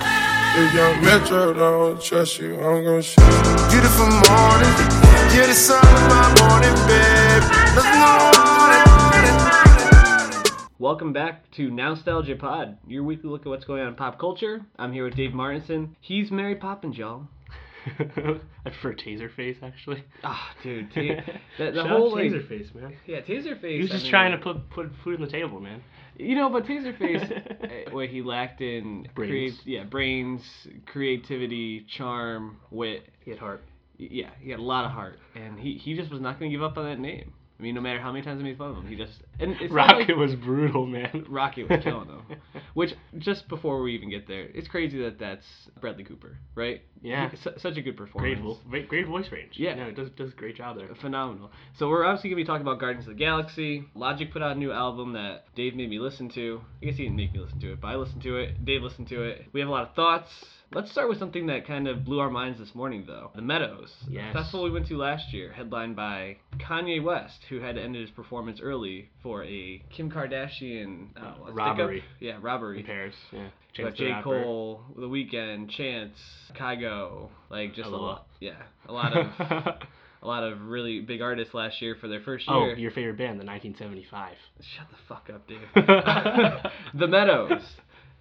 If young Metro don't trust you, I'm gon' shoot. Beautiful morning, you're the sun of my morning, babe. Let's Welcome back to Nostalgia Pod, your weekly look at what's going on in pop culture. I'm here with Dave Martinson. He's Mary Poppins, y'all. I prefer Taserface actually. Ah, dude, ta- the, the Shout whole out like, Taserface, man. yeah, Taserface. He was I just mean, trying to put put food on the table, man. you know, but Taserface, eh, what he lacked in Brains. yeah, brains, creativity, charm, wit. He had heart. Y- Yeah, he had a lot of heart, and he he just was not going to give up on that name. I mean, no matter how many times I made fun of him, he just and it's not like- Rocket was brutal, man. Rocky was killing them. Which, just before we even get there, it's crazy that that's Bradley Cooper, right? Yeah. He- su- such a good performance. Great, vo- great, great voice range. Yeah. no, it does does a great job there. Phenomenal. So we're obviously gonna be talking about Guardians of the Galaxy. Logic put out a new album that Dave made me listen to. I guess he didn't make me listen to it, but I listened to it. Dave listened to it. We have a lot of thoughts. Let's start with something that kind of blew our minds this morning, though. The Meadows, Yes. the festival we went to last year, headlined by Kanye West, who had ended his performance early for a Kim Kardashian I don't know, a stick-up? Robbery. Yeah, robbery. In Paris, yeah. You got Chance the J. Rapper. Cole, The Weeknd, Chance, Kygo, like just a Aloha. lot, yeah, a lot of a lot of really big artists last year for their first year. oh, your favorite band, the 1975. Shut the fuck up, Dave. the Meadows,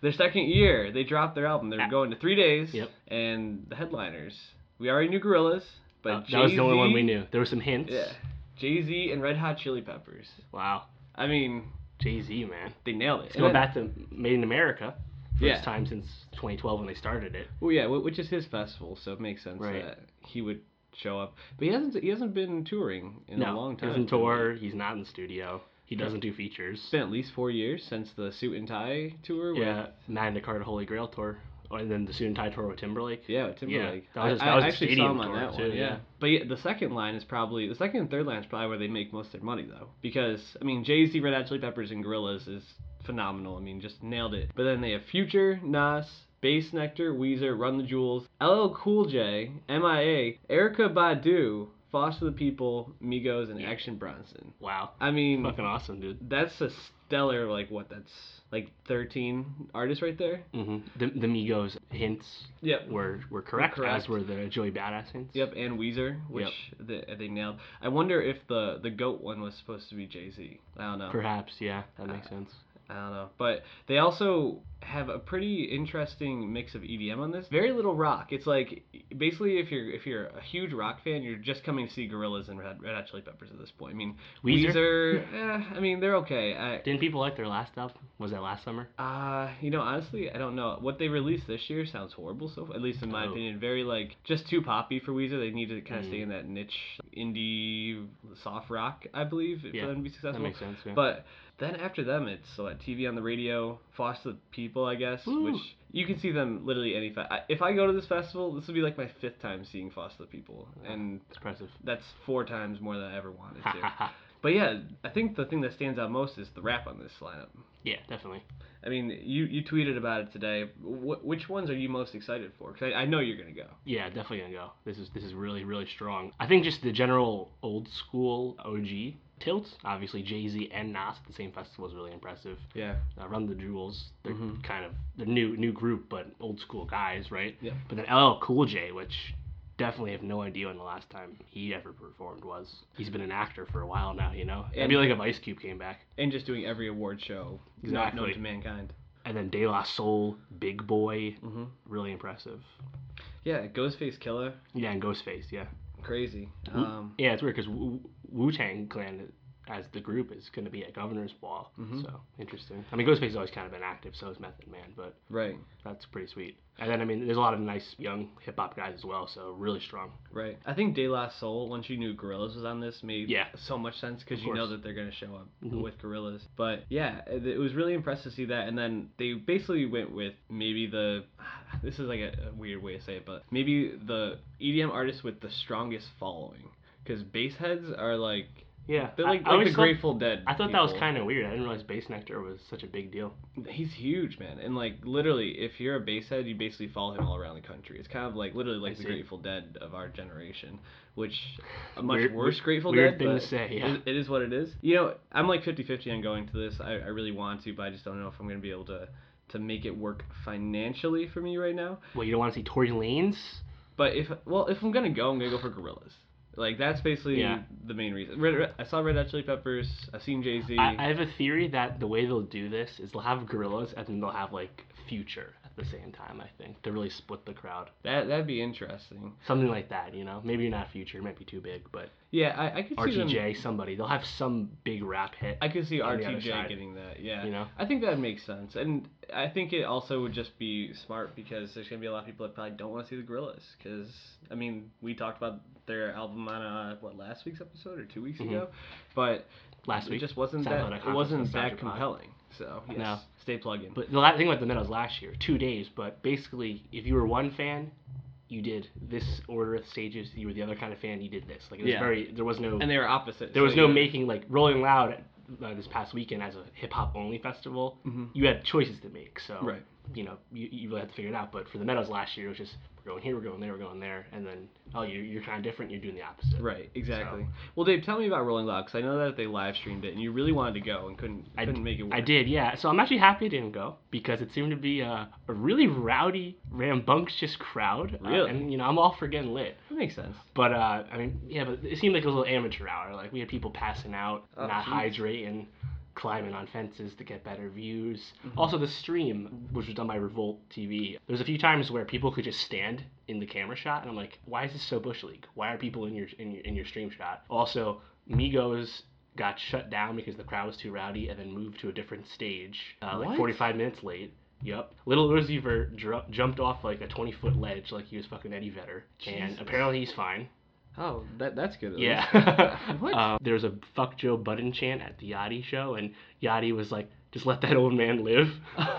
their second year, they dropped their album. They're Yeah. going to three days, Ah. Yep. and the headliners. We already knew Gorillaz, but Uh, that was the only one we Jay-Z- knew. There were some hints. Yeah, Jay Z and Red Hot Chili Peppers. Wow. I mean, Jay Z, man. they nailed it. Let's go back to Made in America. First Yeah. time since 2012 when they started it. Well, yeah, wh- which is his festival, so it makes sense Right. that he would show up. But he hasn't he hasn't been touring in a long time. He doesn't tour. He's not in the studio. He doesn't do features. It's been at least four years since the suit and tie tour. with- Yeah, Magna Carta Holy Grail tour, oh, and then the Soon Tai tour with Timberlake. Yeah, with Timberlake. that was his- I, that I was his actually saw stadium him on tour, that too, one. Yeah. yeah. But yeah, the second line is probably the second and third line is probably where they make most of their money though, because I mean Jay Z, Red Hot Chili Peppers, and Gorillaz is phenomenal. I mean, just nailed it. But then they have Future, Nas. Bass Nectar, Weezer, Run the Jewels, LL Cool J, MIA, Erica Badu, Foster the People, Migos, and Action Bronson. Wow, I mean, fucking awesome, dude. that's a stellar, like, what, that's like 13 artists right there? hmm The, the Migos hints Yep. were were correct, correct. as were the Joey Badass hints. Yep, and Weezer, which the, they nailed. I wonder if the the goat one was supposed to be Jay Z. I don't know. Perhaps, yeah, that Uh, makes sense. I don't know. But they also have a pretty interesting mix of EDM on this. Very little rock. It's like basically if you're if you're a huge rock fan, you're just coming to see Gorillaz and Red, Red Hot Chili Peppers at this point. I mean, Weezer? Weezer, eh, I mean they're okay. I, Didn't people like their last album? Was that last summer? Uh, you know, honestly, I don't know. What they released this year sounds horrible, so at least in my Oh. Mm. opinion. Very, like, just too poppy for Weezer. They need to kind of stay in that niche indie soft rock, I believe, Yeah, for them to be successful. makes sense, yeah. But then after them, it's like TV on the radio, Foster the People, I guess, Woo. which you can see them literally any. Fe- I- if I go to this festival, this will be like my fifth time seeing Foster the People, and It's impressive. that's four times more than I ever wanted to. but yeah, I think the thing that stands out most is the rap on this lineup. Yeah, definitely. I mean, you, you tweeted about it today. Wh- which ones are you most excited for? Because I, I know you're gonna go. Yeah, definitely gonna go. This is this is really really strong. I think just the general old school OG tilt. Obviously, Jay Z and Nas at the same festival is really impressive. Yeah. uh, Run the Jewels. They're Mm-hmm. kind of the new new group, but old school guys, right? Yeah. But then LL Cool J, which definitely have no idea when the last time he ever performed was. He's been an actor for a while now, you know. It'd be And- like if Ice Cube came back. And just doing every award show not known Exactly. to mankind. And then De La Soul, Big Boy, Mm-hmm. really impressive. Yeah, Ghostface Killer, Yeah, and Ghostface, yeah. crazy. Um, Yeah, it's weird because Wu Tang Clan as the group is going to be at Governor's Ball, Mm-hmm. so interesting. I mean, Ghostface has always kind of been active, so is Method Man, but right, That's pretty sweet. And then I mean, there's a lot of nice young hip hop guys as well, so really strong. right. I think De La Soul, once you knew Gorillaz was on this, made Yeah. so much sense because you know course. Mm-hmm. that they're gonna show up with Gorillaz. But yeah, it, it was really impressive to see that. And then they basically went with maybe the, this is like a, a weird way to say it, but maybe the EDM artist with the strongest following. Because bass heads are like Yeah, They're like, like I, I always the thought- Grateful Dead. I thought that was people. kind of weird. I didn't realize Bass Nectar was such a big deal. He's huge, man, and like literally, if you're a bass head, you basically follow him all around the country. It's kind of like literally like the see. Grateful Dead of our generation, which a much Weird- worse weird- Grateful weird Dead. thing to but say, yeah. it- it is what it is. You know, I'm like 50-50 on going to this. I, I really want to, but I just don't know if I'm gonna be able to to make it work financially for me right now. Well, you don't want to see Tory Lanez? But if well, if I'm gonna go, I'm gonna go for Gorillas. Like that's basically Yeah. the main reason. Red, Red- I saw Red Hot Chili Peppers. I've seen Jay Z. I, I have a theory that the way they'll do this is they'll have Gorillas and then they'll have like Future at the same time. I think to really split the crowd, That that'd be interesting. something like that. You know, maybe not Future, it might be too big, but Yeah, I, I could see them. RTJ, somebody. They'll have some big rap hit. I could see on the other side, RTJ getting that. Yeah. you know? I think that makes sense. And I think it also would just be smart because there's going to be a lot of people that probably don't want to see the Gorillas cuz I mean, we talked about their album on uh, what last week's episode or 2 weeks ago, but Mm-hmm. Last it week, just wasn't SoundCloud.com that it slash wasn't Nostalgia that Pod. compelling. So, yes. No. Stay plugged in. But the last thing about the Meadows last year, two days, but basically, if you were one fan, you did this order of stages. You were the other kind of fan, you did this. Like it was Yeah. very. There was no. and they were opposite. there was so no you- making like Rolling Loud uh, this past weekend as a hip hop only festival. You had choices to make, so Mm-hmm. Right. you know you, you really had to figure it out. But for the Meadows last year, it was just we're going here, we're going there, we're going there, and then oh you're, you're kind of different, you're doing the opposite. Right, exactly. Well, Dave, tell me about Rolling Loud because I know that they live streamed it, and you really wanted to go and couldn't I couldn't d- make it work. I did, yeah. So I'm actually happy I didn't go because it seemed to be a, a really rowdy, rambunctious crowd. Uh, Really? and you know I'm all for getting lit. That makes sense. But uh, I mean, yeah, but it seemed like it was a little amateur hour. Like we had people passing out, Oh, not geez. hydrating, climbing on fences to get better views. Mm-hmm. Also, the stream, which was done by Revolt TV, there was a few times where people could just stand in the camera shot, and I'm like, why is this so bush league? Why are people in your in your, in your stream shot? Also, Migos. Got shut down because the crowd was too rowdy, and then moved to a different stage, uh, like What? 45 minutes late. Yep. Little Uzi Vert dr- jumped off like a 20 foot ledge, like he was fucking Eddie Vedder, and Jesus. apparently he's fine. Oh, that that's good. At least. Yeah. What? Um, there was a fuck Joe Budden chant at the Yachty show, and Yachty was like, just let that old man live,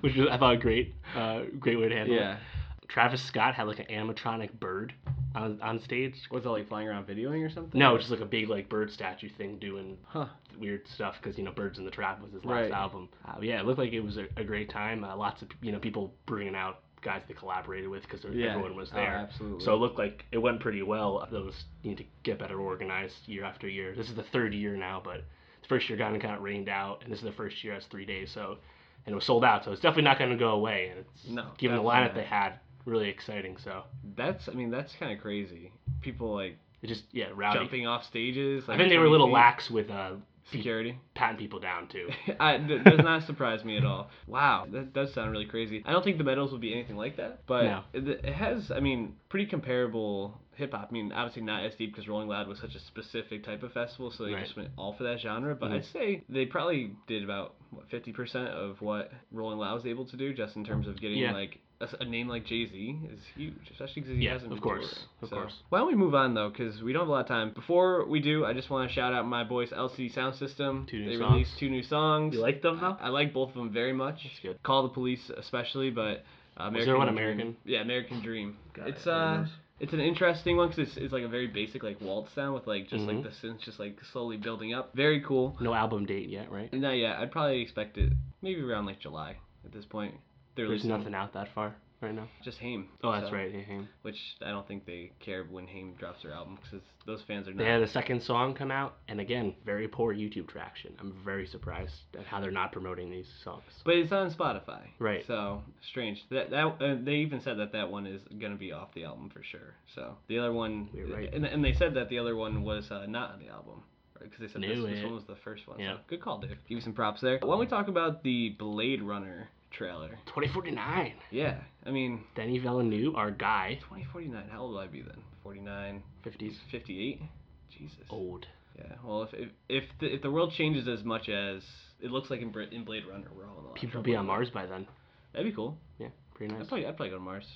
which was, I thought, a great, uh, great way to handle Yeah. it. Travis Scott had like an animatronic bird on, on stage. Was it like flying around videoing or something? No, just like a big like bird statue thing doing Huh. weird stuff because you know Birds in the Trap was his last Right. album. Uh, yeah, it looked like it was a, a great time. Uh, lots of you know people bringing out guys they collaborated with because Yeah. everyone was Oh, there. absolutely. So it looked like it went pretty well. Uh, Those need to get better organized year after year. This is the third year now, but the first year kind of got rained out, and this is the first year that's three days. So and it was sold out, so it's definitely not going to go away. And it's No, given the definitely lineup not. they had, really exciting. So That's I mean that's kind of crazy. People like it just yeah rowdy. jumping off stages. I Like, think they were a little 20 feet. lax with uh, security. patting people down too. I, th- does not surprise me at all. Wow, that does sound really crazy. I don't think the medals will be anything like that, but No. it, it has, I mean, pretty comparable hip hop. I mean, obviously not as deep because Rolling Loud was such a specific type of festival, so they Right. just went all for that genre. But Mhm. I'd say they probably did about what, 50% of what Rolling Loud was able to do, just in terms of getting Yeah. like. A, s- a name like Jay Z is huge, especially because he Yeah, hasn't. of been course, touring. of So- course. Why don't we move on though, because we don't have a lot of time. Before we do, I just want to shout out my boys LC Sound System. Two new they songs. released two new songs. You like them though? I, I like both of them very much. That's good. Call the police, especially, but uh, American Was there one Dream- American? Yeah, American Dream. Got it's it. uh, Very nice. it's an interesting one because it's, it's like a very basic like waltz sound with like just Mhm. like the synths just like slowly building up. Very cool. No album date yet, right? No, yeah, I'd probably expect it maybe around like July at this point. They're There's releasing nothing out that far right now. Just Haim. Oh, that's so- right. yeah, Haim. Which I don't think they care when Haim drops their album because those fans are not. They had a second song come out, and again, very poor YouTube traction. I'm very surprised at how they're not promoting these songs. But it's on Spotify. Right. So strange. That that uh, they even said that that one is gonna be off the album for sure. So the other one. You're right. And, and they said that the other one was uh, not on the album. Because they said this, Knew this it. one was the first one. Yeah. So good call, Dave. Give you some props there. Why don't we talk about the Blade Runner trailer? 2049. Yeah. I mean, Denny Villeneuve, our guy, 2049. How old will I be then? 49. 50s 58. Jesus. old. Yeah. Well, if if if the, if the world changes as much as it looks like in, Bra- in Blade Runner, we're all in a lot. of People trouble. will be on Mars by then. That'd be cool. Yeah, pretty I'd nice. probably I'd probably go to Mars.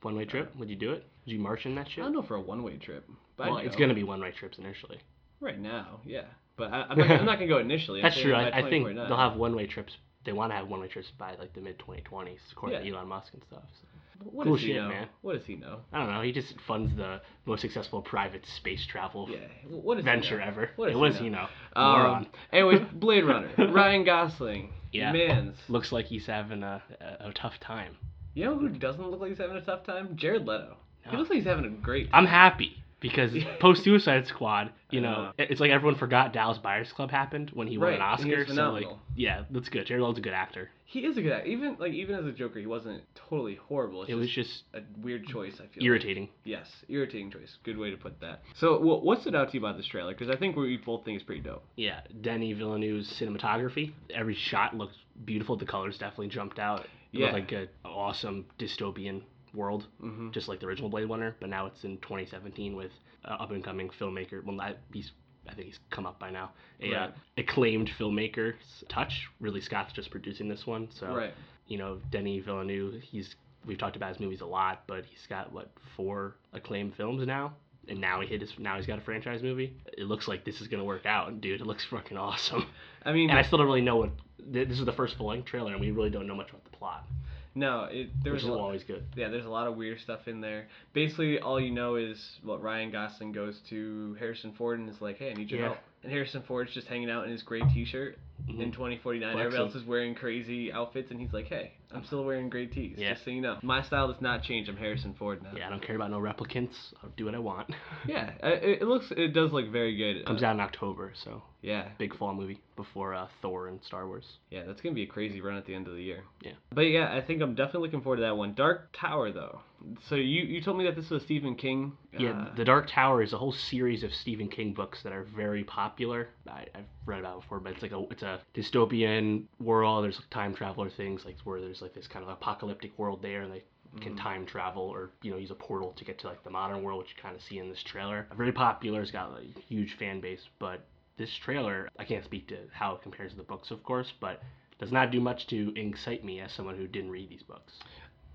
One way trip? Would you do it? Would you march in that I shit? don't know for a one-way trip. But Well, I'd it's go. gonna be one way trips initially. right now, yeah. But I, I'm, not, I'm not gonna go initially. I'm That's saying true. by I, I think 2049. they'll have one way trips. They want to have one way trips by like the mid 2020s, according Yeah. to Elon Musk and stuff. so. What cool does he shit, know? man. What does he know? I don't know. He just funds the most successful private space travel Yeah. What does venture he know? ever. What it does was, he you know, Um, moron. anyways, Blade Runner, Ryan Gosling, Yeah. man's. Looks like he's having a, a, a tough time. You know who doesn't look like he's having a tough time? Jared Leto. He No. looks like he's having a great. I'm happy because post Suicide Squad, you I know, know. it- it's like everyone forgot Dallas Buyers Club happened when he won an Right, and he Oscar. was So like, phenomenal. yeah, that's good. Jared Leto's a good actor. He is a good actor. Even like even as a Joker, he wasn't totally horrible. It's It just was just a weird choice. I feel. irritating. Yes, irritating choice. Good way to put that. So, wha- what stood out to you about this trailer? Because I think we both think it's pretty dope. Yeah, Denny Villeneuve's cinematography. Every shot looked beautiful. The colors definitely jumped out. It Yeah. Mm-hmm. looked like an awesome dystopian world, just like the original Blade Runner. But now it's in 2017 with uh, up and coming filmmaker. Well, not, he's I think he's come up by now. A uh, Right. acclaimed filmmaker, Touch. Really, Scott's just producing this one. So Right. you know, Denny Villeneuve. He's we've talked about his movies a lot, but he's got what four acclaimed films now, and now he hit his now he's got a franchise movie. It looks like this is gonna work out, dude. It looks fucking awesome. I mean, And I still don't really know what th- this is the first full length trailer, and we really don't know much about the plot, no, it, there which was is a lot, always good. yeah, there's a lot of weird stuff in there. Basically, all you know is what Ryan Gosling goes to Harrison Ford and is like, "Hey, I need your Yeah. help." And Harrison Ford's just hanging out in his gray T-shirt Mm-hmm. in 2049. Everybody Flexing. else is wearing crazy outfits, and he's like, "Hey, I'm still wearing gray tees." Yeah. Just so you know, my style does not change. I'm Harrison Ford now. Yeah, I don't care about no replicants. I'll do what I want. Yeah, uh, it, it looks, it does look very good. Comes Uh, out in October, so Yeah, big fall movie before uh, Thor and Star Wars. Yeah, that's gonna be a crazy run at the end of the year. Yeah. But yeah, I think I'm definitely looking forward to that one. Dark Tower though. So you you told me that this was a Stephen King. Yeah, uh, The Dark Tower is a whole series of Stephen King books that are very popular. I, I've read about it before, but it's like a it's a dystopian world. There's time traveler things like where there's like this kind of apocalyptic world there, and they Mm. can time travel or you know use a portal to get to like the modern world, which you kind of see in this trailer. Very popular. It's got like huge fan base, but this trailer I can't speak to how it compares to the books, of course, but does not do much to incite me as someone who didn't read these books.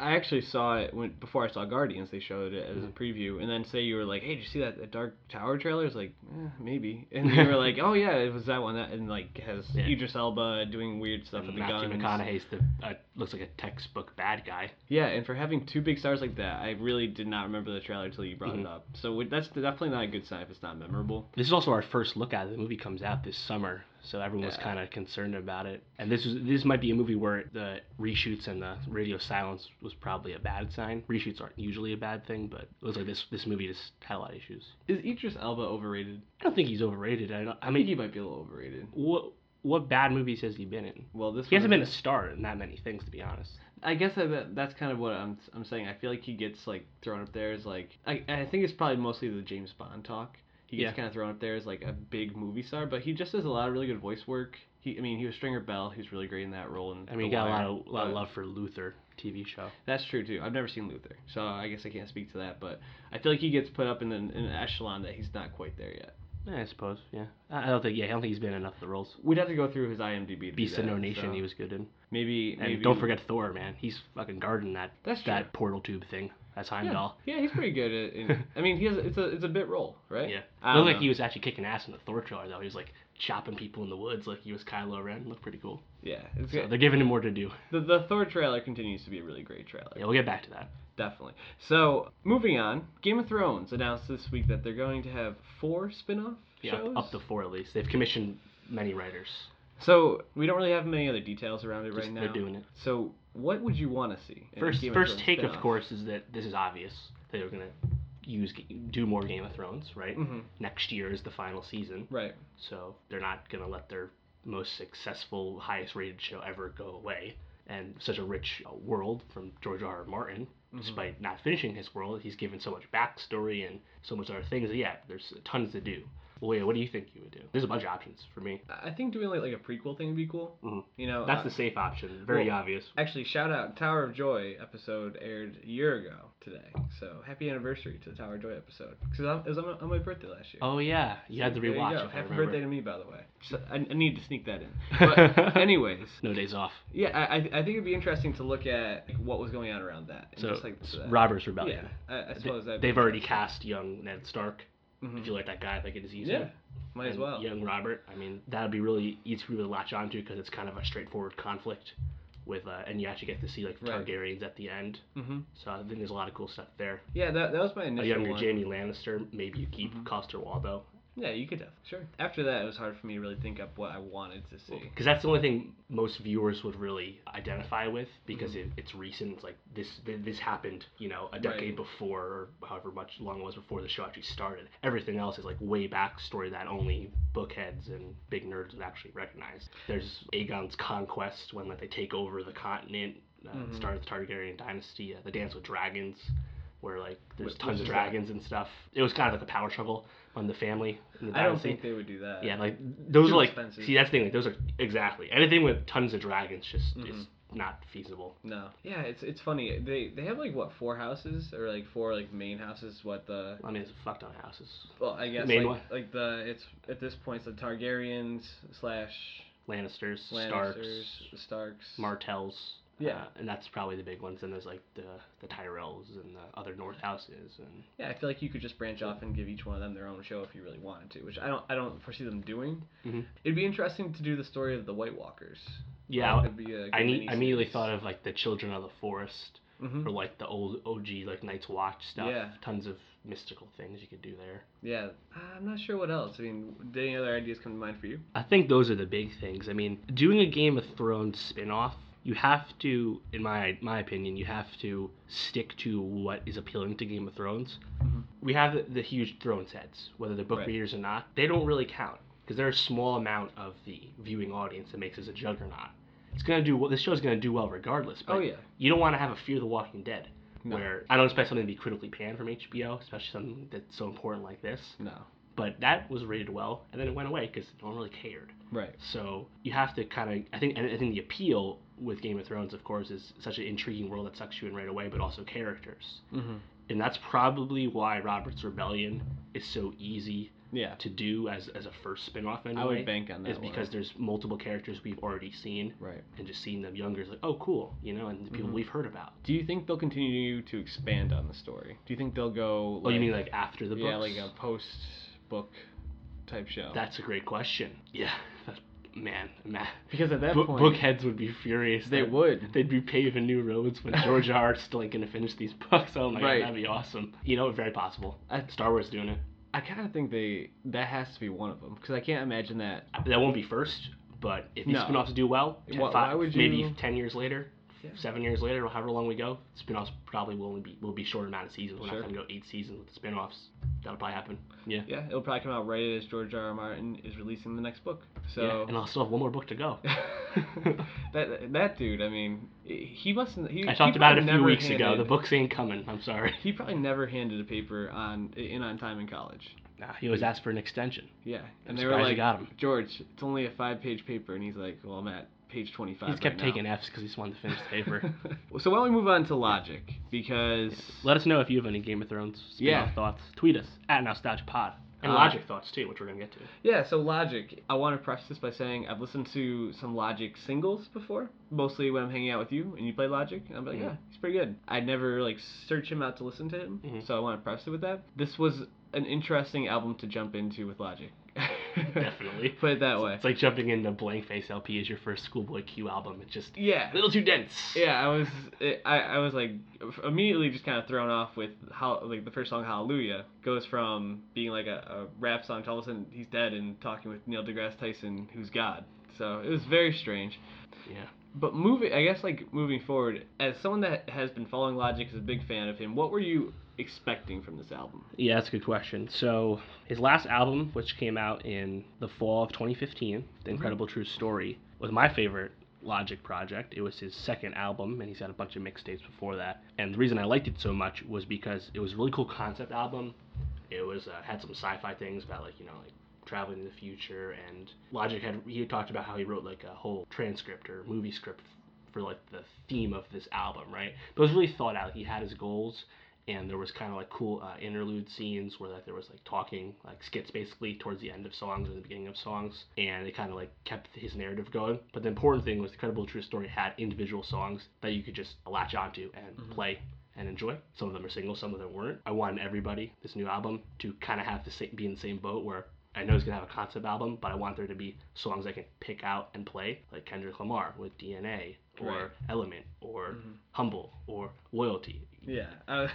I actually saw it when before I saw Guardians. They showed it as Mm. a preview, and then say you were like, "Hey, did you see that, that Dark Tower trailer?" It's like, eh, maybe, and you were like, "Oh yeah, it was that one." That and like has Yeah. Idris Elba doing weird stuff with the Matthew guns. McConaughey's the uh, looks like a textbook bad guy. Yeah, and for having two big stars like that, I really did not remember the trailer until you brought Mm-hmm. it up. So we- that's definitely not a good sign if it's not memorable. This is also our first look at it. The movie comes out this summer, so everyone was Yeah. kind of concerned about it. And this was this might be a movie where the reshoots and the radio silence was probably a bad sign. Reshoots aren't usually a bad thing, but it looks like this this movie just had a lot of issues. Is Idris Elba overrated? I don't think he's overrated. I, don't, I I think mean, he might be a little overrated. what what bad movies has he been in? Well, this He hasn't one been a is- star in that many things, to be honest. I guess that- that that's kind of what I'm I'm saying. I feel like he gets like thrown up there as like I I think it's probably mostly the James Bond talk. He gets Yeah. kind of thrown up there as like a big movie star, but he just does a lot of really good voice work. He I mean he was Stringer Bell. He was really great in that role. And I mean, he got a lot of, lot of love for Luther TV show. That's true too. I've never seen Luther, so I guess I can't speak to that. But I feel like he gets put up in an, in an echelon that he's not quite there yet. Yeah, I suppose. Yeah, I, I don't think. Yeah, I don't think he's been in enough of the roles. We'd have to go through his IMDb. To Beast do of that, No Nation, so he was good in. maybe, And maybe don't forget Thor, man. He's fucking guarding that That's that true. portal tube thing. That's Yeah, Heimdall. yeah, he's pretty good. At, in, I mean, he has it's a it's a bit role, right? Yeah. I It don't looked like know. he was actually kicking ass in the Thor trailer though. He was like chopping people in the woods like he was Kylo Ren. Looked pretty cool. Yeah, it's So good. they're giving him more to do. The, the Thor trailer continues to be a really great trailer. Yeah, we'll get back to that. Definitely. So, moving on, Game of Thrones announced this week that they're going to have four spin off Yeah, shows. up, up to four at least. They've commissioned many writers. So, we don't really have many other details around it Just right now. they're doing it. So, what would you want to see? in a First Game first Thrones take of spin-off? course is that this is obvious. They're gonna use do more Game of Thrones, right? Mhm. Next year is the final season. Right. So they're not going to let their most successful, highest rated show ever go away. And such a rich uh, world from George R. R. Martin, Mm-hmm. despite not finishing his world, he's given so much backstory and so much other things. Yeah, there's tons to do. Well, yeah, what do you think you would do? There's a bunch of options for me. I I think doing like, like a prequel thing would be cool. Mhm. You know, That's uh, the safe option. Very well, obvious. Actually, shout out Tower of Joy episode aired a year ago today. So happy anniversary to the Tower of Joy episode because it was on my, on my birthday last year. Oh yeah, you had to There you rewatch. go. if I Happy remember. birthday to me, by the way. So I, I need to sneak that in. But anyways, No days off. yeah, I, I I think it'd be interesting to look at like, what was going on around that. And So just, like, it's the- Robert's yeah, Rebellion. I, I They- suppose that They've already cast young Ned Stark. Mhm. If you like that guy, like it is easy. yeah, might as and well. Young Robert. I mean, that'd be really easy for you to latch onto because it's kind of a straightforward conflict with, uh, and you actually get to see like Right. Targaryens at the end. Mhm. So I think there's a lot of cool stuff there. Yeah, that that was my A initial younger one. Mm-hmm. Jamie Lannister, maybe you keep Coster Waldo. Yeah, you could have. Sure. After that, it was hard for me to really think up what I wanted to see. because that's the only thing most viewers would really identify with because it, it's recent. It's like this th- this happened, you know, a decade Mm-hmm. Right. before, or however much long it was before the show actually started. Everything else is like way back story that only bookheads and big nerds would actually recognize. There's Aegon's conquest when like they take over the continent, uh, Mhm. start of the Targaryen dynasty, uh, the Dance with Dragons. Where like there's Which tons is of that? dragons and stuff. It was kind of like a power struggle on the family. In the I don't dynasty. think they would do that. Yeah, like those Too are like expensive. see that's the thing. Like, those are exactly anything with tons of dragons just is Mhm. not feasible. No. Yeah, it's it's funny. They they have like what four houses or like four like main houses. What the I mean, it's a fuck ton of houses. well, I guess Main like, one. like the it's at this point it's the Targaryens slash Lannisters, Starks, Lannisters, Starks, Martells. Yeah. uh, and that's probably the big ones. And there's like the the Tyrells and the other North houses and Yeah, I feel like you could just branch off and give each one of them their own show if you really wanted to, which I don't I don't foresee them doing. Mhm. It'd be interesting to do the story of the White Walkers. yeah. That would be a I need, I immediately thought of like the Children of the Forest hmm or like the old OG like Night's Watch stuff. Yeah. Tons of mystical things you could do there. Yeah, I'm not sure what else. I mean, did any other ideas come to mind for you? I think those are the big things. I mean, doing a Game of Thrones spin-off, you have to in my my opinion, you have to stick to what is appealing to Game of Thrones. We have the, the huge Thrones heads, whether they're book Mm-hmm. Right. readers or not, they don't really count because they're a small amount of the viewing audience that makes this a juggernaut. It's going to do well this show's going to do well regardless, but Oh, yeah. you don't want to have a Fear the Walking Dead No. where I don't expect something to be critically panned from HBO, especially something that's so important like this. No. But that was rated well, and then it went away because no one really cared. Right. So you have to kind of, I think, and I think the appeal with Game of Thrones, of course, is such an intriguing world that sucks you in right away, but also characters, Mm-hmm. and that's probably why Robert's Rebellion is so easy Yeah. to do as as a first spin-off anyway. I would bank on that. is because one. there's multiple characters we've already seen, right. and just seeing them younger is like, oh, cool, you know, and the people Mhm. we've heard about. Do you think they'll continue to expand on the story? Do you think they'll go? oh, you mean like after the books? yeah, like um, a post book type show? That's a great question. Yeah, that's, man, man. because at that Bo- point bookheads would be furious. they that would. They'd be paving new roads when George R. R. still ain't gonna finish these books. Oh my Right. god, that'd be awesome. You know, very possible. I- Star Wars doing it. I kind of think they that has to be one of them because I can't imagine that. That won't be first, but if these No. spin-offs do well, ten, Why- five, why would maybe you- ten years later, Yeah. seven years later, or however long we go, spin-offs probably will only be will be short amount of seasons. We're Sure. not gonna go eight seasons with the spin-offs. That'll probably happen. Yeah. Yeah, it'll probably come out right as George R. R. Martin is releasing the next book. So yeah. And I'll still have one more book to go. that that dude, I mean, he mustn't. He, I he talked about probably it a few never weeks ago. The handed- books ain't coming. I'm sorry. He probably never handed a paper on in on time in college. Nah, he always asked for an extension. Yeah, I'm and they were surprised like, you got 'em. George, it's only a five-page paper, and he's like, well, I'm at page twenty-five. He's kept right now." taking F's because he just wanted to finish the paper. so why don't we move on to logic because Let us know if you have any Game of Thrones spin Yeah. thoughts. Tweet us at NostalgiaPod. And Uh, logic thoughts too, which we're gonna get to. yeah, so logic. I want to preface this by saying I've listened to some logic singles before, mostly when I'm hanging out with you and you play logic. And I'm like, Mhm. yeah, he's pretty good. I never like search him out to listen to him, Mhm. so I want to preface it with that. This was an interesting album to jump into with logic. Definitely. Put it that way. It's like jumping into Blank Face LP as your first Schoolboy Q album. It's just yeah. a little too dense. Yeah, I was, it, I, I was like immediately just kind of thrown off with how like the first song Hallelujah goes from being like a, a rap song to all of a sudden he's dead and talking with Neil deGrasse Tyson who's God. So it was very strange. Yeah. But moving, I guess like moving forward, as someone that has been following Logic is a big fan of him, what were you expecting from this album? Yeah, that's a good question. So his last album, which came out in the fall of 2015, The Incredible True Story, was my favorite Logic project. It was his second album, and he's had a bunch of mixtapes before that. And the reason I liked it so much was because it was a really cool concept album. It was uh, had some sci-fi things about like you know like traveling to the future, and Logic had he had talked about how he wrote like a whole transcript or movie script for like the theme of this album, right? But it was really thought out. He had his goals, and there was kind of like cool uh, interlude scenes where like there was like talking, like skits basically towards the end of songs and the beginning of songs, and it kind of like kept his narrative going. But the important thing was the credible true story had individual songs that you could just latch onto and play and enjoy. Some of them are singles, some of them weren't. I wanted everybody this new album to kind of have to be in the same boat where I know he's gonna have a concept album, but I want there to be songs I can pick out and play, like Kendrick Lamar with DNA or Right. Mm-hmm. Element or Humble or Loyalty. Yeah, uh,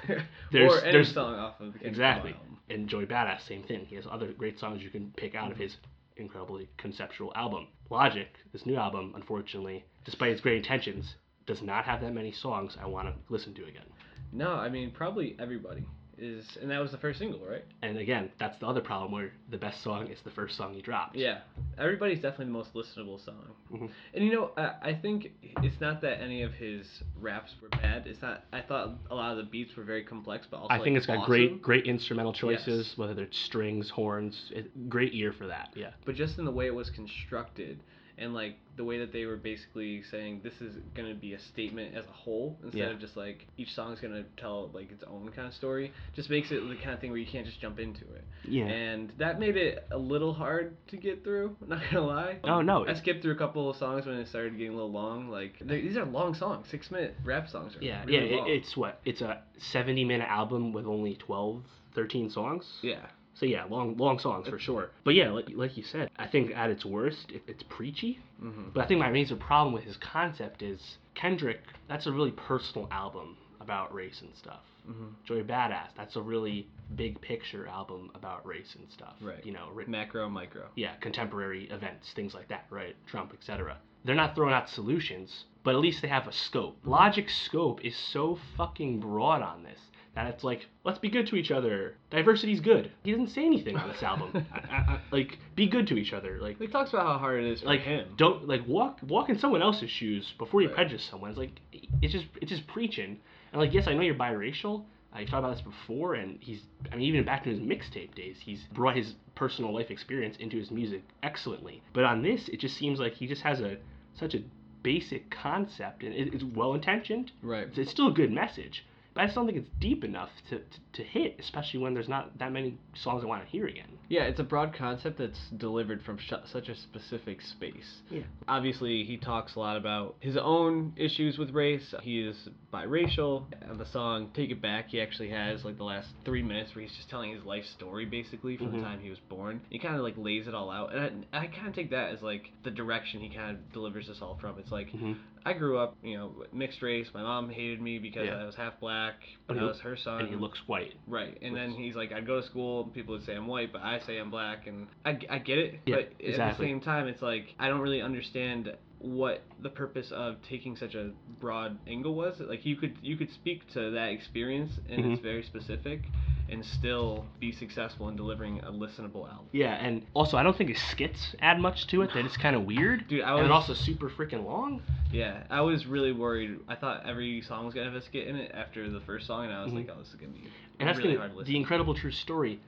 There's- or any there's- song off of the Kendrick Lamar Exactly. album. And And Joey Badass, same thing. He has other great songs you can pick out of Mm-hmm. his incredibly conceptual album. Logic, this new album, unfortunately, despite its great intentions, does not have that many songs I want to listen to again. No, I mean probably everybody is, and that was the first single, right? And again, that's the other problem where the best song is the first song he dropped. Yeah, everybody's definitely the most listenable song. Mhm. And you know, I, I think it's not that any of his raps were bad. It's not. I thought a lot of the beats were very complex, but also I think like, it's got awesome. great, great instrumental choices, Yes. whether they're strings, horns. It, great ear for that. Yeah. but just in the way it was constructed and like the way that they were basically saying this is going to be a statement as a whole instead Yeah. of just like each song's going to tell like its own kind of story just makes it the kind of thing where you can't just jump into it Yeah. and that made it a little hard to get through not gonna lie Oh, no. i skipped through a couple of songs when it started getting a little long like they- these are long songs six minute rap songs are Yeah, really yeah, long. it, it's what? It's a 70 minute album with only 12, 13 songs. yeah So yeah, long long songs for sure. But yeah, like, like you said, I think at its worst, it, it's preachy. Mhm. But I think my major problem with his concept is Kendrick, that's a really personal album about race and stuff. Mm-hmm. Joey Badass, that's a really big picture album about race and stuff. Right. You know, written macro micro yeah, contemporary events, things like that, right? Trump, etc. They're not throwing out solutions, but at least they have a scope. Logic's scope is so fucking broad on this that it's like, let's be good to each other. Diversity's good. He doesn't say anything on this album. I, I, I, like, be good to each other. Like, he talks about how hard it is for like him don't like walk walk in someone else's shoes before you Right. prejudice someone. It's like it's just it's just preaching. And like yes, I know you're biracial. I have talked about this before, and he's I mean even back to his mixtape days, he's brought his personal life experience into his music excellently. But on this, it just seems like he just has a such a basic concept, and it, it's well intentioned. Right. It's, it's still a good message. But I just don't think it's deep enough to, to, to hit, especially when there's not that many songs I want to hear again. Yeah, it's a broad concept that's delivered from sh- such a specific space. Yeah. Obviously, he talks a lot about his own issues with race. He is biracial. On the song Take It Back, he actually has like the last three minutes where he's just telling his life story basically from Mhm. the time he was born. He kind of like lays it all out. And I, I kind of take that as like the direction he kind of delivers this all from. It's like, Mhm. I grew up, you know, mixed race. My mom hated me because Yeah. I was half black, but But he I lo- was her son. And he looks white. Right, and then Which- he's like, I'd go to school, and people would say I'm white, but I say I'm black, and I, I get it, Yeah, but at the exactly. same time, it's like, I don't really understand what the purpose of taking such a broad angle was. Like, you could you could speak to that experience, and it's Mhm. very specific, and still be successful in delivering a listenable album. Yeah, and also I don't think his skits add much to it. That it's kind of weird. Dude, I and was- also super freaking long. Yeah, I was really worried. I thought every song was gonna have a skit in it after the first song, and I was Mhm. like, oh, this is gonna be And that's really the- hard to listen. the incredible true story.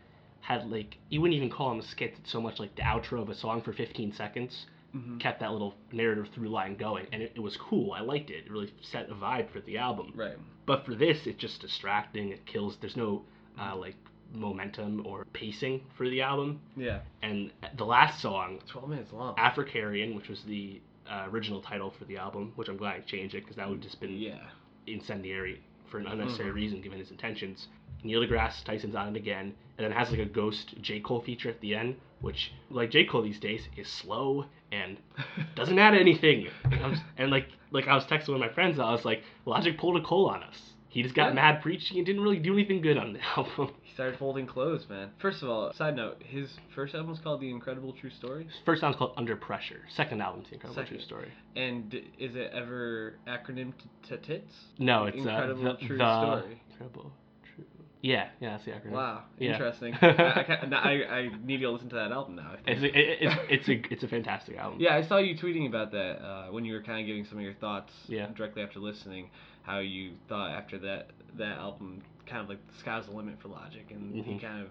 Had like you wouldn't even call them skits. It's so much like the outro of a song for 15 seconds Mm-hmm. kept that little narrative through line going, and it, it was cool. I liked it. It really set a vibe for the album. right. But for this, it's just distracting. It kills. There's no uh, like momentum or pacing for the album. Yeah. And the last song, Twelve minutes long. Africarian, which was the uh, original title for the album, which I'm glad I changed it because that would have just been Yeah. Mm-hmm. incendiary for an unnecessary reason given his intentions. Neil deGrasse Tyson's on it again, and then has like a ghost J. Cole feature at the end, which, like J. Cole these days, is slow and doesn't add anything. And, I was, and like, like I was texting one of my friends, I was like, Logic pulled a Cole on us. He just got Yeah. mad preaching and didn't really do anything good on the album. He started folding clothes, man. First of all, side note, his first album was called The Incredible True Story. First album's called Under Pressure. Second album's The Incredible True Second. Story. And is it ever acronymed to TITS? No, it's Incredible uh, the, True the- Story. Incredible True. Yeah, yeah, that's the acronym. Wow, Yeah. interesting. I, I, can't- now I, I need to listen to that album now. I think. It's a, it, it's, it's a it's a fantastic album. Yeah, I saw you tweeting about that uh, when you were kind of giving some of your thoughts Yeah. directly after listening. How you thought after that that album, kind of like the sky's the limit for Logic, and he Mhm. kind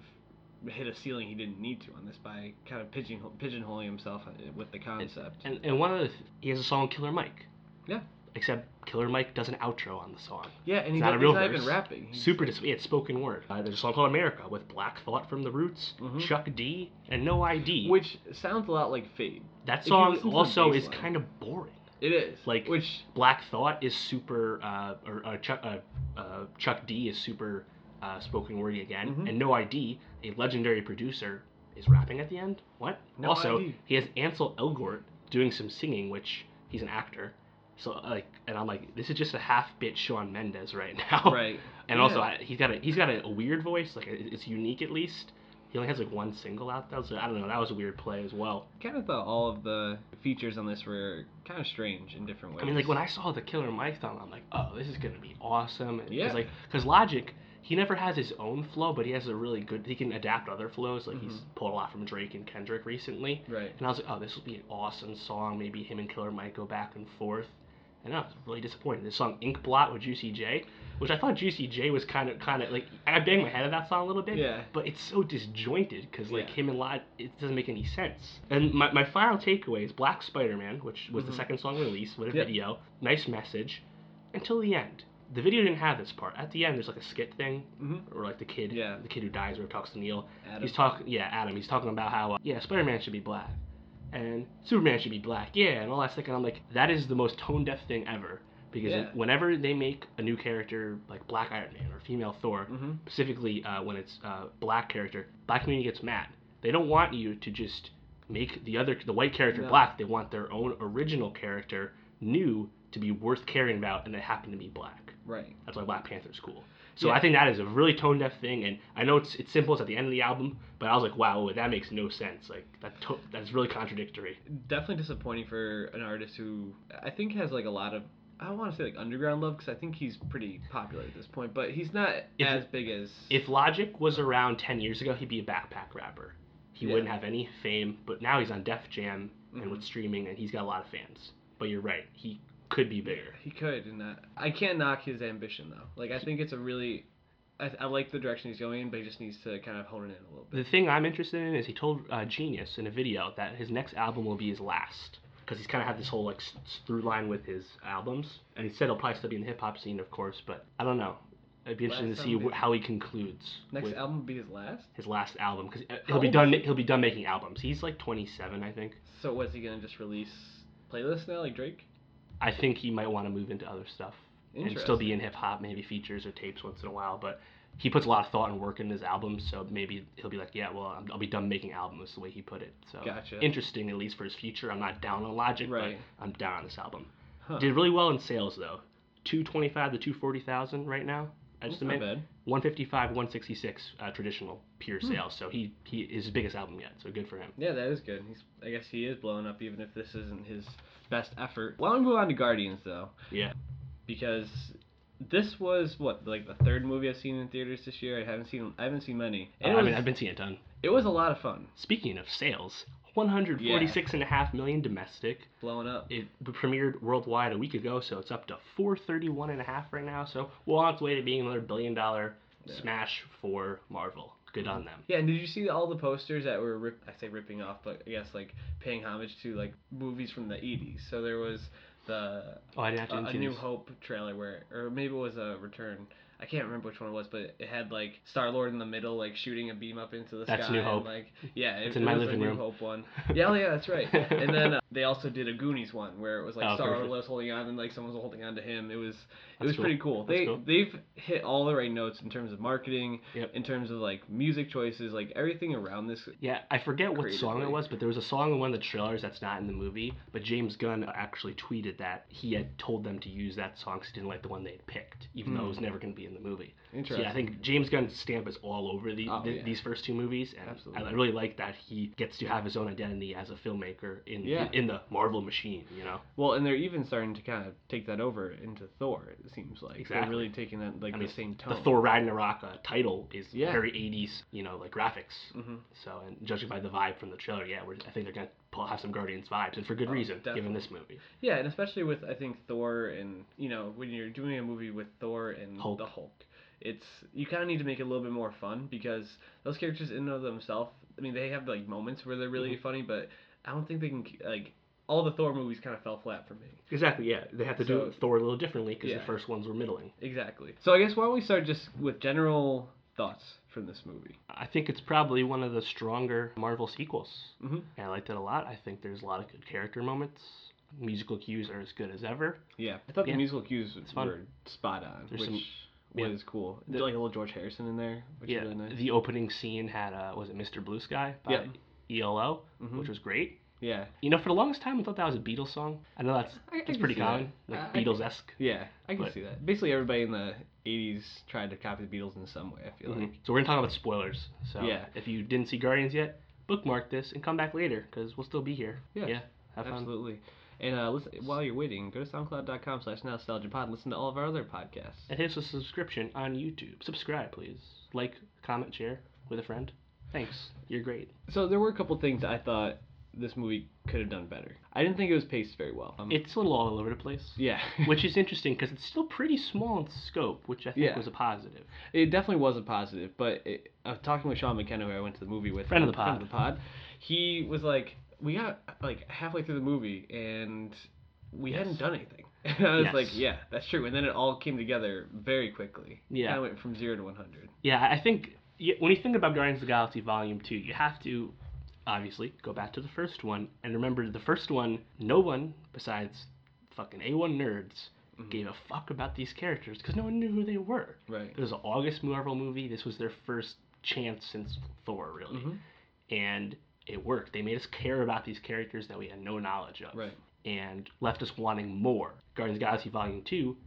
of hit a ceiling he didn't need to on this by kind of pigeonhole, pigeonholing himself uh, with the concept. And and one of the th- he has a song Killer Mike, yeah. except Killer Mike does an outro on the song. Yeah, and It's he's not not, a real he's not verse. even rapping. He's- Super dis- yeah, it's spoken word. Uh, there's a song called America with Black Thought from the Roots, Chuck D, and No ID. Mm-hmm. which sounds a lot like Fade. that If you song listen to the also bass is line, kind of boring. It is Like which Black Thought is super, uh, or uh, Chuck, uh, uh, Chuck D is super uh, spoken wordy again, Mm-hmm. and No ID, a legendary producer, is rapping at the end. What? No also, ID. he has Ansel Elgort doing some singing, which he's an actor, So uh, like, and I'm like, this is just a half bit Sean Mendes right now. Right. And Yeah. also, I, he's got a he's got a weird voice. Like it- it's unique at least. He only has like one single out though, so I don't know. That was a weird play as well. Kind of thought all of the features on this were kind of strange in different ways. I mean, like when I saw the Killer Mike song, I'm like, oh, this is gonna be awesome. And Yeah. Cause, like, because Logic, he never has his own flow, but he has a really good. He can adapt other flows. Like he's pulled a lot from Drake and Kendrick recently. Mm-hmm. Right. And I was like, oh, this will be an awesome song. Maybe him and Killer Mike go back and forth. And I was really disappointed. This song Ink Blot with Juicy J, which I thought Juicy J was kind of kind of like I banged my head at that song a little bit. Yeah. But it's so disjointed because like Yeah. him and Lot, it doesn't make any sense. And my, my final takeaway is Black Spider Man, which was Mm-hmm. the second song released with a Yep. video, nice message, until the end. The video didn't have this part. At the end, there's like a skit thing, or like the kid, Mm-hmm. Yeah. the kid who dies or talks to Neil. Adam. He's talking, yeah, Adam. He's talking about how uh, yeah, Spider Man should be black, and Superman should be black, yeah, and all that stuff. And I'm like, that is the most tone deaf thing ever. Because Yeah. whenever they make a new character like Black Iron Man or female Thor, Mm-hmm. specifically uh, when it's uh, black character, black community gets mad. They don't want you to just make the other the white character No. black. They want their own original character new to be worth caring about, and they happen to be black. right. That's why Black Panther's cool. So Yeah. I think that is a really tone deaf thing, and I know it's it's simple. It's at the end of the album, but I was like, wow, that makes no sense. Like that to- that's really contradictory. Definitely disappointing for an artist who I think has like a lot of I don't want to say like underground love because I think he's pretty popular at this point, but he's not If- as big as If Logic was around ten years ago, he'd be a backpack rapper. He Yeah. Mm-hmm. wouldn't have any fame, but now he's on Def Jam and with streaming, and he's got a lot of fans. But you're right, he could be bigger. He could, and I, I can't knock his ambition though. Like I think it's a really, I, I like the direction he's going in, but he just needs to kind of hone it in a little bit. The thing I'm interested in is he told uh, Genius in a video that his next album will be his last because he's kind of had this whole like s- s- through line with his albums, and he said he'll probably still be in the hip hop scene, of course, but I don't know. It'd be interesting Last to see album wh- how he concludes Next with album will be his last. his last album because How he'll be old done. is ma- He'll be done making albums. He's like 27, I think. So was he gonna just release playlists now, like Drake? I think he might want to move into other stuff and still be in hip hop, maybe features or tapes once in a while, but. He puts a lot of thought and work in his albums, so maybe he'll be like, "Yeah, well, I'm- I'll be done making albums." The way he put it, so Gotcha. interesting at least for his future. I'm not down on Logic, Right. but I'm down on this album. Huh. Did really well in sales though, two twenty five to two forty thousand right now. I just That's not bad. Hmm. one fifty five, one sixty six uh, traditional pure sales. So he he is his biggest album yet. So good for him. Yeah, that is good. He's, I guess he is blowing up, even if this isn't his best effort. Why don't we move on to Guardians though? Yeah, because this was what like the third movie I've seen in theaters this year. I haven't seen I haven't seen many. Uh, And it, I was, mean I've been seeing it done. it was a lot of fun. Speaking of sales, one hundred forty six and a half million domestic. Blowing up. It premiered worldwide a week ago, so it's up to four thirty one and a half right now. So we're on its way to being another billion dollar smash for Marvel. Good on them. Yeah, and did you see all the posters that were rip- I say ripping off, but I guess like paying homage to like movies from the '80s. So there was the Oh, I didn't have to. a into New this. Hope trailer where, or maybe it was a Return. I can't remember which one it was, but it had like Star Lord in the middle, like shooting a beam up into the That's sky. New and, Hope. like yeah, it, in it my was living a room. New Hope one. Yeah, oh, yeah, that's right. And then uh, they also did a Goonies one where it was like Oh, Star Lord perfect. was holding on and like someone was holding on to him. It was it That's was cool. pretty cool. That's They cool. they've hit all the right notes in terms of marketing, Yep. in terms of like music choices, like everything around this. Yeah, I forget what song it creatively. was, but there was a song in one of the trailers that's not in the movie. But James Gunn actually tweeted that he had told them to use that song because he didn't like the one they had picked, even though it was never going to be in the movie. So yeah, I Hmm. Interesting. think James Gunn's stamp is all over the, Oh, th- yeah. these first two movies, and I Absolutely. really like that he gets to have his own identity as a filmmaker in Yeah. in, the Marvel machine. You know, Well, and they're even starting to kind of take that over into Thor. It seems like they're Exactly. really taking that like the same tone. the Thor Ragnarok uh, title is Yeah. Mm-hmm. very '80s, you know, like graphics. So and judging by the vibe from the trailer, yeah, we're, I think they're going to pull have some Guardians vibes, and for Oh, good reason, given this movie. Yeah, and especially with I think Thor and you know when you're doing a movie with Thor and Hulk. the Hulk, it's you kind of need to make it a little bit more fun because those characters in and of themselves, I mean, they have like moments where they're really Mm-hmm. funny, but I don't think they can like all the Thor movies kind of fell flat for me. Exactly. Yeah, they have to do So- it- Thor a little differently because Yeah. the first ones were middling. Exactly. So I guess why don't we start just with general thoughts from this movie? I think it's probably one of the stronger Marvel sequels. Mhm. And I liked it a lot. I think there's a lot of good character moments. Musical cues are as good as ever. Yeah, I thought Yeah. the musical cues fun. were spot on, which There's some- yeah. was cool. There's like a little George Harrison in there, which is really nice. The opening scene had uh, was it Mr. Blue Sky by Yeah. Mm-hmm. ELO, which was great. Yeah. You know, for the longest time, I thought that was a Beatles song. I know that's I- I that's can pretty see that. Uh, common, like I- I- Beatles esque. Yeah, I can But- see that. Basically, everybody in the '80s tried to copy the Beatles in some way. I feel like. So we're gonna talk about spoilers. So Yeah. if you didn't see Guardians yet, bookmark this and come back later because we'll still be here. Yeah, Yeah. Have fun. Absolutely. And uh, listen, while you're waiting, go to soundcloud.com slash nostalgiapod and listen to all of our other podcasts. And hit us with a subscription on YouTube. Subscribe, please. Like, comment, share with a friend. Thanks. You're great. So there were a couple things I thought this movie could have done better. I didn't think it was paced very well. Um, It's a little all over the place. yeah, Which is interesting because it's still pretty small in scope, which I think Yeah. was a positive. it definitely was a positive. But it, uh, talking with Sean McKenna, who I went to the movie with, Friend of the pod. friend of the pod, he was like, "We got like halfway through the movie and we hadn't done anything." And I was Yes. like, "Yeah, that's true." And then it all came together very quickly. Yeah. kind of went from zero to one hundred. Yeah, I think y- when you think about Guardians of the Galaxy Volume 2, you have to obviously go back to the first one and remember the first one, no one besides fucking A1 nerds Mm-hmm. gave a fuck about these characters because no one knew who they were. Right. It was an August Marvel movie. This was their first chance since Thor, really. Mm-hmm. And it worked. They made us care about these characters that we had no knowledge of Right. and left us wanting more. Guardians of the Galaxy Volume 2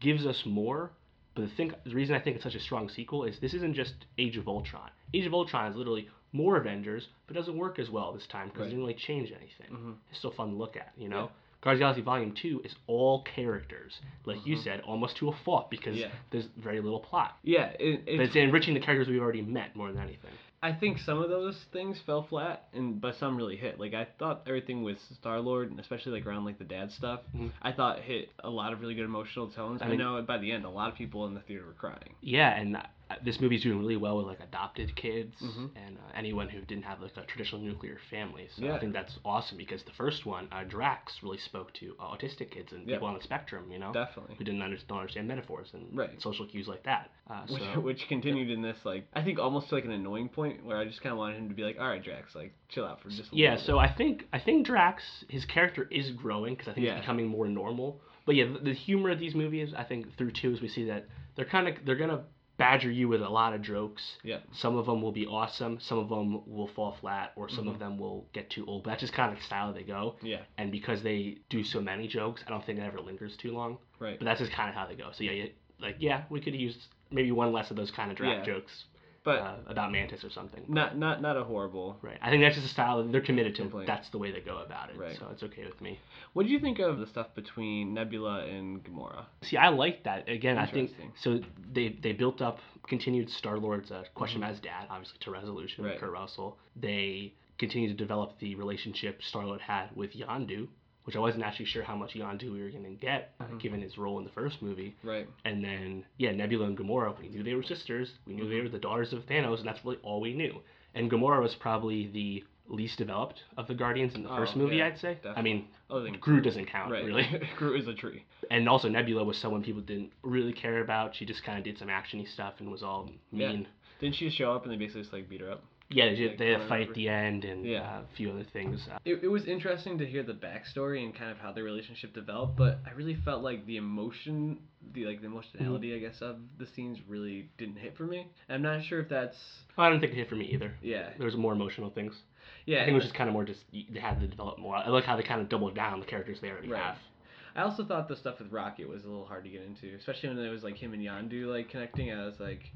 gives us more, but the, thing, the reason I think it's such a strong sequel is this isn't just Age of Ultron. Age of Ultron is literally more Avengers, but doesn't work as well this time because Right. Mm-hmm. it didn't really change anything. It's still fun to look at, you know? Guardians of the Galaxy Volume 2 is all characters, like you said, almost to a fault because Mm-hmm. Yeah. there's very little plot. Yeah, it, But it's it's enriching the characters we've already met more than anything. I think some of those things fell flat, and but some really hit. Like I thought everything with Star Lord, and especially like around like the dad stuff, Mm-hmm. I thought hit a lot of really good emotional tones. I, mean- know by the end, a lot of people in the theater were crying. yeah and uh, this movie's doing really well with like adopted kids Mm-hmm. and uh, anyone who didn't have like a traditional nuclear family so Yeah. i think that's awesome because the first one uh, drax really spoke to uh, autistic kids and Yeah. people on the spectrum you know Definitely. who didn't under- don't understand metaphors and Right. social cues like that uh, so Which, which continued in this like I think almost to like an annoying point where I just kind of wanted him to be like, all right, Drax, like chill out for just a yeah little so i think i think drax his character is growing because i think Yeah. he's becoming more normal but yeah the, the humor of these movies i think through two is we see that they're kind of they're gonna badger you with a lot of jokes bit. yeah Some of them will be awesome, some of them will fall flat, or some of them will get too old. But that's just kind of the style they go. Mm-hmm. yeah And because they do so many jokes, I don't think it ever lingers too long. right But that's just kind of how they go. So yeah, you, like yeah, we could have used maybe one less of those kind of draft Yeah. jokes but uh, about Mantis or something. But- not not not a horrible. right. I think that's just a style that they're committed to. Complaint. That's the way they go about it. Right. So it's okay with me. What did you think of the stuff between Nebula and Gamora? See, I like that. Again, I think Interesting. so. They they built up continued Star Lord's uh, question about his dad, obviously to resolution Mm-hmm. Right. with Kurt Russell. They continued to develop the relationship Star Lord had with Yondu, which I wasn't actually sure how much Yondu we were going to get uh, given his role in the first movie. Mm-hmm. Right. And then yeah, Nebula and Gamora. We knew they were sisters. We knew they Mm-hmm. were the daughters of Thanos, and that's really all we knew. And Gamora was probably the least developed of the Guardians in the first Oh, movie, yeah, I'd say. I definitely. mean, Other than Groot doesn't count right. really Groot is a tree. and also Nebula was someone people didn't really care about. She just kind of did some actiony stuff and was all Yeah. mean. Didn't she show up and they basically just like beat her up? Yeah, they, did, they had I a fight remember. at the end and Yeah. uh, a few other things. Uh, It, it was interesting to hear the backstory and kind of how their relationship developed, but I really felt like the emotion, the like the emotionality, I guess, of the scenes really didn't hit for me. I'm not sure if that's I don't think it hit for me either. yeah, There was more emotional things. yeah. I think it was just kind of more just they had to develop more. I like how they kind of doubled down the characters they already Right. have. I also thought the stuff with Rocket was a little hard to get into, especially when it was like him and Yandu like connecting. I was like,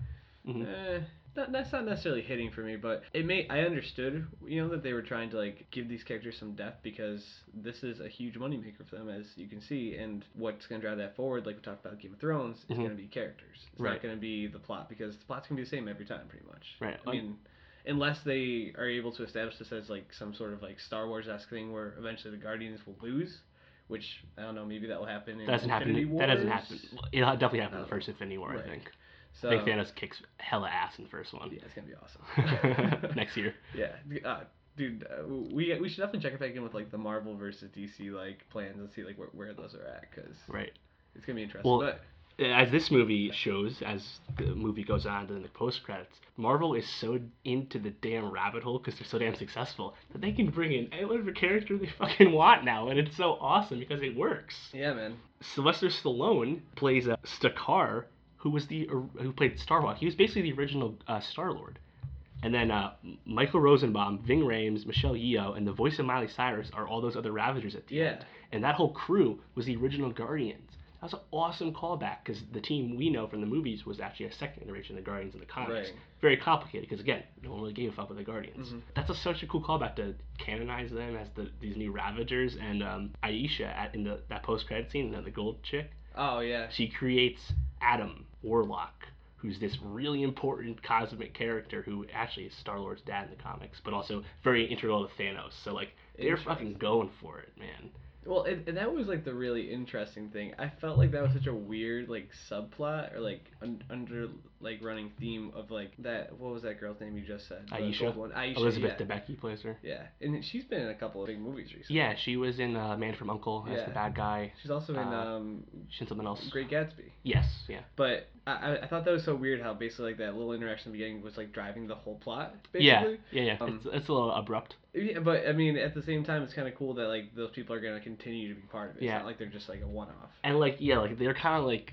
Mhm. eh, that, that's not necessarily hitting for me, but it may. I understood, you know, that they were trying to like give these characters some depth because this is a huge moneymaker for them, as you can see, and what's going to drive that forward, like we talked about Game of Thrones, is going to be characters. It's not Mm-hmm. Right. going to be the plot because the plot's going to be the same every time, pretty much. Right. I mean. Unless they are able to establish this as like some sort of like Star Wars esque thing where eventually the Guardians will lose, which I don't know, maybe that will happen in That doesn't Infinity happen. That doesn't Wars. happen. It definitely happened in Oh. the first Infinity War, Right. I think. So I think Thanos kicks hella ass in the first one. yeah, it's gonna be awesome. Next year. Yeah, d- uh, dude, uh, we we should definitely check it back in with like the Marvel versus DC like plans and see like where, where those are at because Right. it's gonna be interesting. Well, but Uh, as this movie shows, as the movie goes on to the post credits, Marvel is so into the damn rabbit hole because they're so damn successful that they can bring in any whatever character they fucking want now, and it's so awesome because it works. yeah, man, Sylvester Stallone plays a Stakar, who was the or- who played Starhawk. He was basically the original uh, Star Lord. uh, And then uh, Michael Rosenbaum, Ving Rhames, Michelle Yeoh, and the voice of Miley Cyrus are all those other Ravagers at the Yeah. end. And that whole crew was the original Guardians. That was an awesome callback because the team we know from the movies was actually a second iteration of the Guardians in the comics. Right. Very complicated because again, no one really gave a fuck with the Guardians. That's a, such a cool callback to canonize them as the, these new Ravagers and um, Aisha at, in the that post credit scene, the gold chick Oh yeah. she creates Adam Warlock, who's this really important cosmic character who actually is Star Lord's dad in the comics, but also very integral to Thanos. So like they're fucking going for it, man. Well, and, and that was like the really interesting thing. I felt like that was such a weird like subplot or like un- under like running theme of like that. What was that girl's name you just said? The Aisha? gold One. Aisha. Elizabeth Yeah. Debicki plays her. yeah, and she's been in a couple of big movies recently. Yeah, she was in uh, Man from Uncle as Yeah. the bad guy. She's also in Uh, um, She's in something else. Great Gatsby. Yes, yeah. But I, I- I thought that was so weird how basically like that little interaction at the beginning was like driving the whole plot. Yeah, Basically. yeah, yeah. Um, it's, it's a little abrupt. Yeah, but I mean, at the same time, it's kind of cool that like those people are gonna continue to be part of it. It's Yeah. not like they're just like a one-off. And like yeah, like they're kind of like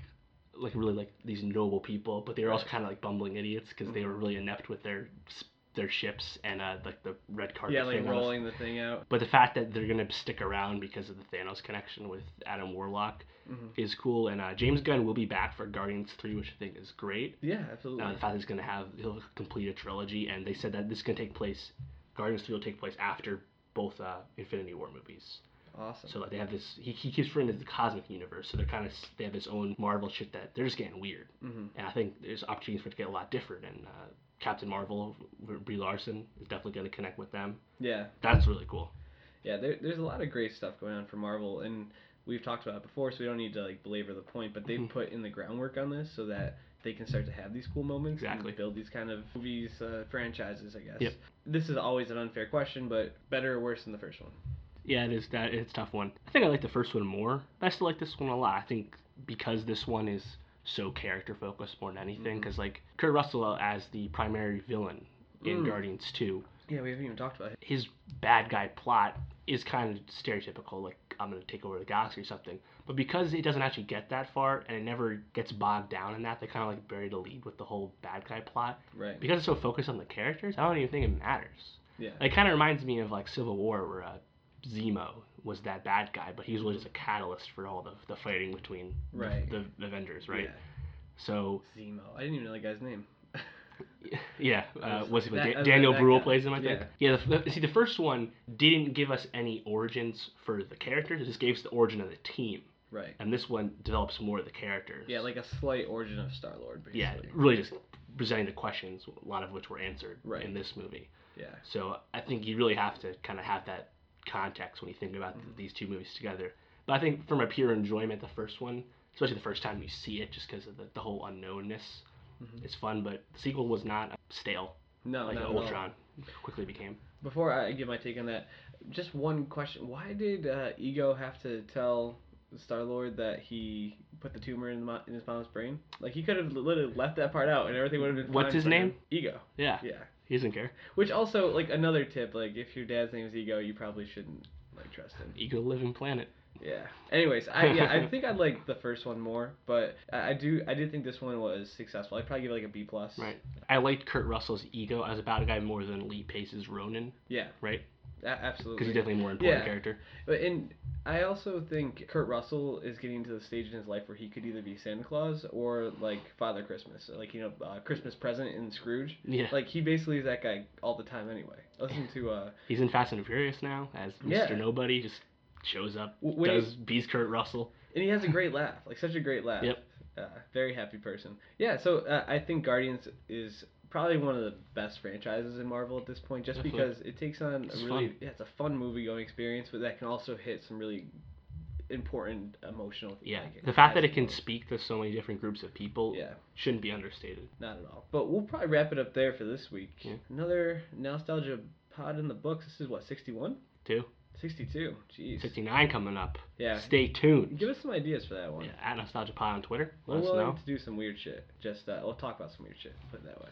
like really like these noble people, but they were also kind of like bumbling idiots because they were really inept with their s- their ships and uh like the red card. Yeah, like rolling the thing out. But the fact that they're gonna stick around because of the Thanos connection with Adam Warlock Mm-hmm. is cool, and uh, James Gunn will be back for Guardians Three, which I think is great. Yeah, absolutely. Uh, the fact that he's gonna have he'll complete a trilogy, and they said that this is gonna take place. Guardians Three will take place after both uh, Infinity War movies. awesome. So like they have this. He, he keeps referring to the cosmic universe. So they're kind of they have this own Marvel shit that they're just getting weird. Mhm. And I think there's opportunities for it to get a lot different. And uh, Captain Marvel, Brie Larson is definitely going to connect with them. yeah, That's really cool. yeah. There, there's a lot of great stuff going on for Marvel, and we've talked about it before, so we don't need to like belabor the point. But they've put in the groundwork on this so that they can start to have these cool moments Exactly. and build these kind of movies uh, franchises. I guess. Yep. This is always an unfair question, but better or worse than the first one? Yeah, it is that it's a tough one. I think I like the first one more, but I still like this one a lot. I think because this one is so character focused more than Mm-hmm. anything. Because like Kurt Russell as the primary villain in Mm. Guardians Two, Yeah, we haven't even talked about it. his bad guy plot is kind of stereotypical, like I'm gonna take over the galaxy or something. But because it doesn't actually get that far and it never gets bogged down in that, they kind of like bury the lead with the whole bad guy plot. Right. Because it's so focused on the characters, I don't even think it matters. Yeah. It kind of reminds me of like Civil War, where uh, Zemo was that bad guy, but he was really just a catalyst for all the, the fighting between the- Right. the, the Avengers, right? Yeah. So Zemo. I didn't even know the guy's name. Yeah, uh, was like was it with that- Da- uh, Daniel that Bruhl guy. plays him? I think. Yeah. the, the- see, the first one didn't give us any origins for the characters. It just gave us the origin of the team, right. and this one develops more of the characters. Yeah, like a slight origin of Star Lord. yeah, really just presenting the questions, a lot of which were answered Right. in this movie. Yeah. So I think you really have to kind of have that context when you think about Mm-hmm. th- these two movies together. But I think from a pure enjoyment, the first one, especially the first time you see it, just because of the, the whole unknownness, it's fun. But the sequel was not uh, stale Mm-hmm. No, like not at all. Ultron quickly became. Before I give my take on that, just one question: Why did uh, Ego have to tell Star Lord that he put the tumor in, the, mo- in his mom's brain? Like he could have literally left that part out, and everything would have been. What's fine his for him. name? Ego. Yeah. Yeah. He doesn't care. Which also, like another tip, like if your dad's name is Ego, you probably shouldn't like trust him. Ego living planet. Yeah. Anyways, I yeah, I think I like the first one more, but I I do I did think this one was successful. I'd probably give it like a B plus. Right. I liked Kurt Russell's ego as a bad guy more than Lee Pace's Ronan, Yeah. right? A- absolutely. Because he's definitely a more important Yeah. character. But and I also think Kurt Russell is getting to the stage in his life where he could either be Santa Claus or like Father Christmas, like you know uh, Christmas present in Scrooge. Yeah. Like he basically is that guy all the time anyway. Listen to uh He's in Fast and Furious now as Mr. Yeah. Nobody, just shows up, W- when he- does bees Kurt Russell. and he has a great laugh, like such a great laugh. Yep. Uh, very happy person. Yeah. So uh, I think Guardians is probably one of the best franchises in Marvel at this point, just Definitely. because it takes on It's a really fun. yeah, it's a fun movie going experience, but that can also hit some really important emotional. Yeah. like, The fact that highs it can and lows. speak to so many different groups of people Yeah. shouldn't be understated. Not at all. But we'll probably wrap it up there for this week. Yeah. Another nostalgia pod in the books. This is what, 61? Too. 62. Jeez. 69 coming up. Yeah. Stay tuned. Give us some ideas for that one. Yeah, at Nostalgia Pod on Twitter. Let We're us willing know. to do some weird shit. Just uh, we'll talk about some weird shit. Put it that way.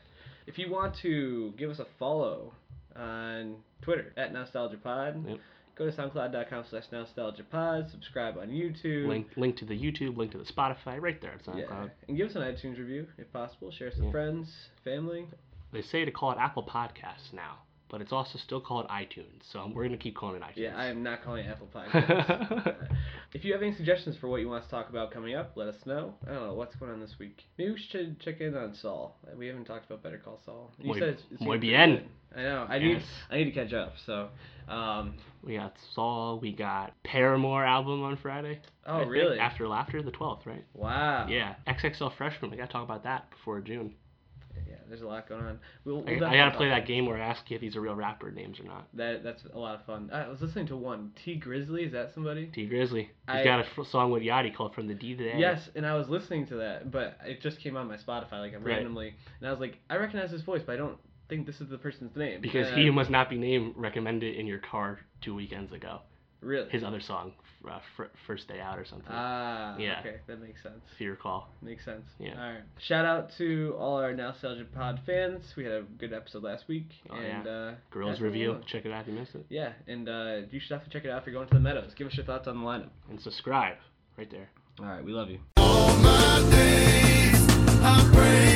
If you want to give us a follow on Twitter at NostalgiaPod, Yep. go to SoundCloud.com slash NostalgiaPod. Subscribe on YouTube. Link link to the YouTube, link to the Spotify, right there at SoundCloud. Yeah. And give us an iTunes review if possible. Share with some Yeah. friends, family. They say to call it Apple Podcasts now, but it's also still called iTunes. So we're gonna keep calling it iTunes. Yeah, I am not calling it Apple Podcasts. if you have any suggestions for what you want us to talk about coming up, let us know. I don't know what's going on this week. Maybe we should check in on Saul. We haven't talked about Better Call Saul. You Muy- said it's, it's muy been pretty bien. good. I know. I need Yes. I need to catch up. So, um, we got Saul. We got Paramore album on Friday. I oh think, really? After Laughter, the twelfth, right? Wow. Yeah, XXL Freshman. We gotta talk about that before June. Yeah, There's a lot going on. We'll, we'll I, I definitely gotta talk play about that game where I ask you if these are real rapper names or not. That that's a lot of fun. I was listening to one T Grizzly. Is that somebody? T Grizzly. He's I- got a f- song with Yachty called "From the D to the A." Yes, and I was listening to that, but it just came on my Spotify like Right. randomly, and I was like, I recognize this voice, but I don't think this is the person's name Uh, Because And he I- who must not be named recommended in your car two weekends ago. really His other song, f- uh, fir- First Day Out or something, ah Yeah. okay that makes sense if you recall. makes sense Yeah. all right shout out to all our nostalgia pod fans we had a good episode last week Oh, and yeah. uh Girls that's what we Review. want. Check it out if you missed it. yeah and uh you should have to check it out if you're going to the meadows give us your thoughts on the lineup And subscribe right there. all right we love you All my days, I pray